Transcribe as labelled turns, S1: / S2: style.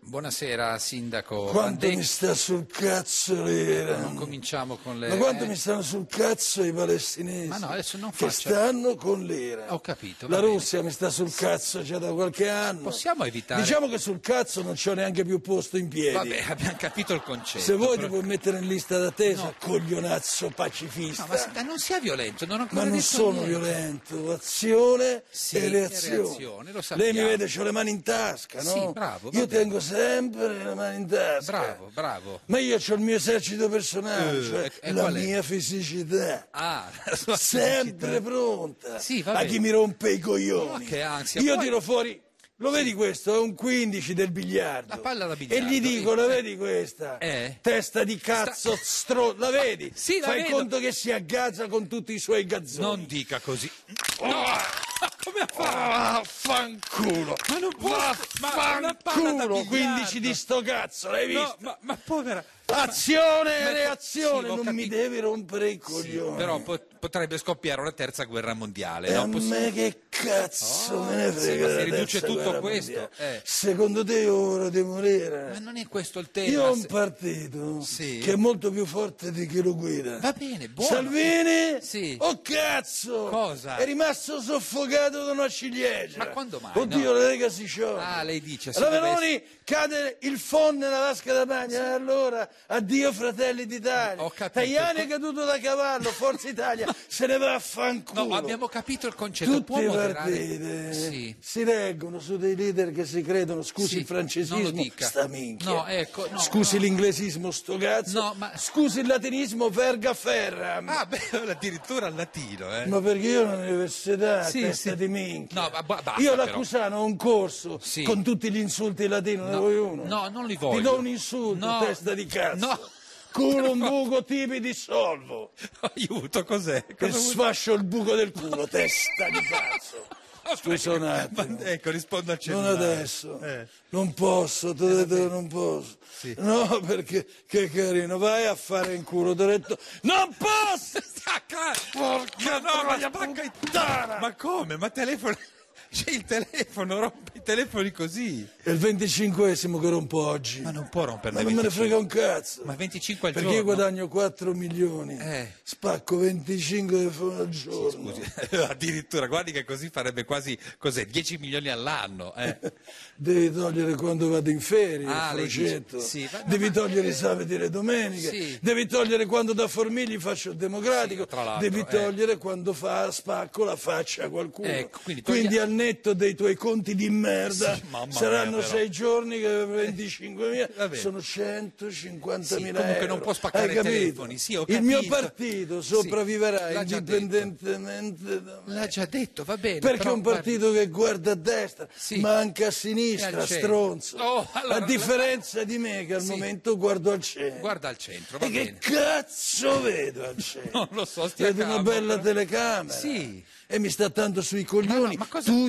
S1: Buonasera Sindaco.
S2: Quanto
S1: Bandecchi.
S2: mi sta sul cazzo l'Iran?
S1: Non cominciamo con le...
S2: Ma quanto
S1: eh,
S2: mi stanno sul cazzo i palestinesi?
S1: Ma no, adesso non
S2: Che
S1: faccia-
S2: stanno con l'Iran.
S1: Ho capito,
S2: La
S1: va bene.
S2: Russia mi sta sul cazzo già da qualche anno.
S1: Possiamo evitare-
S2: Diciamo che sul cazzo non c'ho neanche più posto in piedi.
S1: Vabbè, abbiamo capito il concetto.
S2: Se vuoi
S1: però-
S2: ti puoi mettere in lista d'attesa,
S1: No.
S2: coglionazzo pacifista.
S1: No, ma si- ma non sia violento, non ho ancora
S2: Ma non
S1: detto
S2: sono
S1: niente.
S2: violento, azione
S1: Sì,
S2: e reazione.
S1: e reazione, lo sappiamo.
S2: Lei mi vede, ho le mani in tasca, no?
S1: Sì, bravo, va bene.
S2: Io tengo sempre le mani in tasca.
S1: Bravo, bravo.
S2: Ma io ho il mio esercito personale,
S1: Eh,
S2: cioè
S1: e- e
S2: la
S1: qual è?
S2: mia fisicità.
S1: Ah, la sua
S2: sempre
S1: felicità.
S2: pronta
S1: Sì, va
S2: a
S1: bene.
S2: chi mi rompe i
S1: Ma
S2: coglioni.
S1: che ansia,
S2: Io
S1: poi-
S2: tiro fuori, lo vedi questo? È un 15 del biliardo.
S1: La palla da biliardo,
S2: E gli dico,
S1: eh.
S2: la vedi questa?
S1: Eh?
S2: Testa di cazzo, stro... la vedi?
S1: Sì, la
S2: Fai
S1: vedo.
S2: conto che si aggazza con tutti i suoi gazzoni.
S1: Non dica così.
S2: Oh.
S1: No! Come ha fatto?
S2: Vaffanculo!
S1: Ma non può- ma una palla da
S2: Vaffanculo!
S1: biliardo.
S2: 15 di sto cazzo, l'hai
S1: No,
S2: visto?
S1: ma, ma povera...
S2: Azione
S1: Ma-
S2: e reazione!
S1: sì, ho
S2: non mi
S1: capito.
S2: devi rompere i
S1: Sì,
S2: coglioni!
S1: però po- potrebbe scoppiare una terza guerra mondiale.
S2: E
S1: no?
S2: Oh. a
S1: Poss-
S2: me che cazzo
S1: Oh,
S2: me ne
S1: sì,
S2: frega
S1: ma si
S2: della
S1: riduce
S2: terza
S1: tutto
S2: guerra
S1: questo,
S2: mondiale?
S1: eh.
S2: Secondo te io ora di morire?
S1: Ma non è questo il tema.
S2: Io ho un
S1: se-
S2: partito
S1: Sì.
S2: che è molto più forte di chi lo guida.
S1: Va bene, buono.
S2: Salvini?
S1: Sì.
S2: Oh cazzo!
S1: Cosa?
S2: È rimasto soffocato da una ciliegia.
S1: Ma quando mai,
S2: Oddio,
S1: no?
S2: la Lega si scioglie.
S1: Ah, lei dice, se
S2: La
S1: dovesse-
S2: Meloni cade il phon nella vasca da bagno. E Allora, addio fratelli d'Italia.
S1: Ho capito.
S2: Tajani è caduto da cavallo, Forza Italia se ne va a fanculo.
S1: No, abbiamo capito il concetto. può
S2: Tutte le
S1: moderare-
S2: partite
S1: Sì.
S2: si reggono su dei leader che si credono, scusi
S1: Sì,
S2: il francesismo,
S1: non lo dica.
S2: sta minchia.
S1: No, ecco, no,
S2: scusi
S1: no.
S2: l'inglesismo, sto cazzo.
S1: No, ma-
S2: Scusi il latinismo, verga ferram.
S1: Ah, beh, addirittura al latino, eh.
S2: Ma perché io all'università,
S1: Sì,
S2: testa
S1: sì.
S2: di minchia.
S1: No, ma ba- basta,
S2: io
S1: però.
S2: l'accusano ho un corso
S1: Sì.
S2: con tutti gli insulti latini, ne
S1: No,
S2: vuoi uno?
S1: no, non li
S2: Ti
S1: voglio.
S2: do un insulto,
S1: No,
S2: testa di cazzo.
S1: no.
S2: Culo un buco tipi di solvo.
S1: Aiuto, cos'è?
S2: E
S1: Cosa vuol-
S2: sfascio il buco del culo, testa di cazzo. Scusa un attimo.
S1: Ma- Ecco, rispondo al
S2: Non
S1: cellulare.
S2: adesso,
S1: Eh.
S2: non posso, ti ho detto che non posso. No, perché che carino, vai a fare in culo, ti ho detto non posso!
S1: Ah, Stacca! ma
S2: Porca
S1: no, ma
S2: troia,
S1: spacca i-
S2: puttana!
S1: Ma come? Ma telefono... C'è il telefono, rompe i telefoni così.
S2: È il venticinquesimo che rompo oggi.
S1: Ma non può romperne
S2: Ma non me ne
S1: 25.
S2: frega un cazzo.
S1: Ma 25 al
S2: Perché io
S1: giorno?
S2: guadagno 4 milioni,
S1: Eh.
S2: spacco 25 telefoni al giorno.
S1: Addirittura, guardi che così farebbe quasi, cos'è, 10 milioni all'anno, eh.
S2: Devi togliere quando vado in ferie,
S1: Ah, lei dice-
S2: Frocetto.
S1: sì, ma-
S2: devi
S1: ma- eh,
S2: togliere i sabati e le domeniche,
S1: Sì.
S2: devi togliere quando da formigli faccio il democratico,
S1: Sì, tra l'altro,
S2: devi
S1: eh.
S2: togliere quando fa, spacco la faccia a qualcuno.
S1: Ecco, quindi togli-
S2: quindi al netto dei tuoi conti di merda
S1: Sì, mamma
S2: saranno
S1: mia, però. Eh,
S2: 6 giorni che
S1: Va
S2: 25.000
S1: bene.
S2: sono 150.000
S1: Sì, comunque
S2: euro.
S1: non può spaccare
S2: Hai
S1: i
S2: capito?
S1: telefoni, sì, ho
S2: Il mio
S1: capito.
S2: partito
S1: Sì,
S2: sopravviverà
S1: l'ha già detto.
S2: indipendentemente da me.
S1: L'ha già detto, va bene.
S2: Perché
S1: però,
S2: un
S1: guardi-
S2: partito che guarda a destra,
S1: Sì.
S2: ma anche a
S1: E
S2: sinistra,
S1: al centro.
S2: stronzo.
S1: Oh, allora-
S2: a differenza di me che al
S1: Sì.
S2: momento guardo al centro.
S1: Guarda al centro, va
S2: e che
S1: bene.
S2: cazzo vedo al centro?
S1: Non lo so, stia
S2: Vedo una
S1: calmo,
S2: bella
S1: però.
S2: telecamera.
S1: Sì.
S2: E mi sta tanto sui coglioni.
S1: ma cosa-
S2: Tu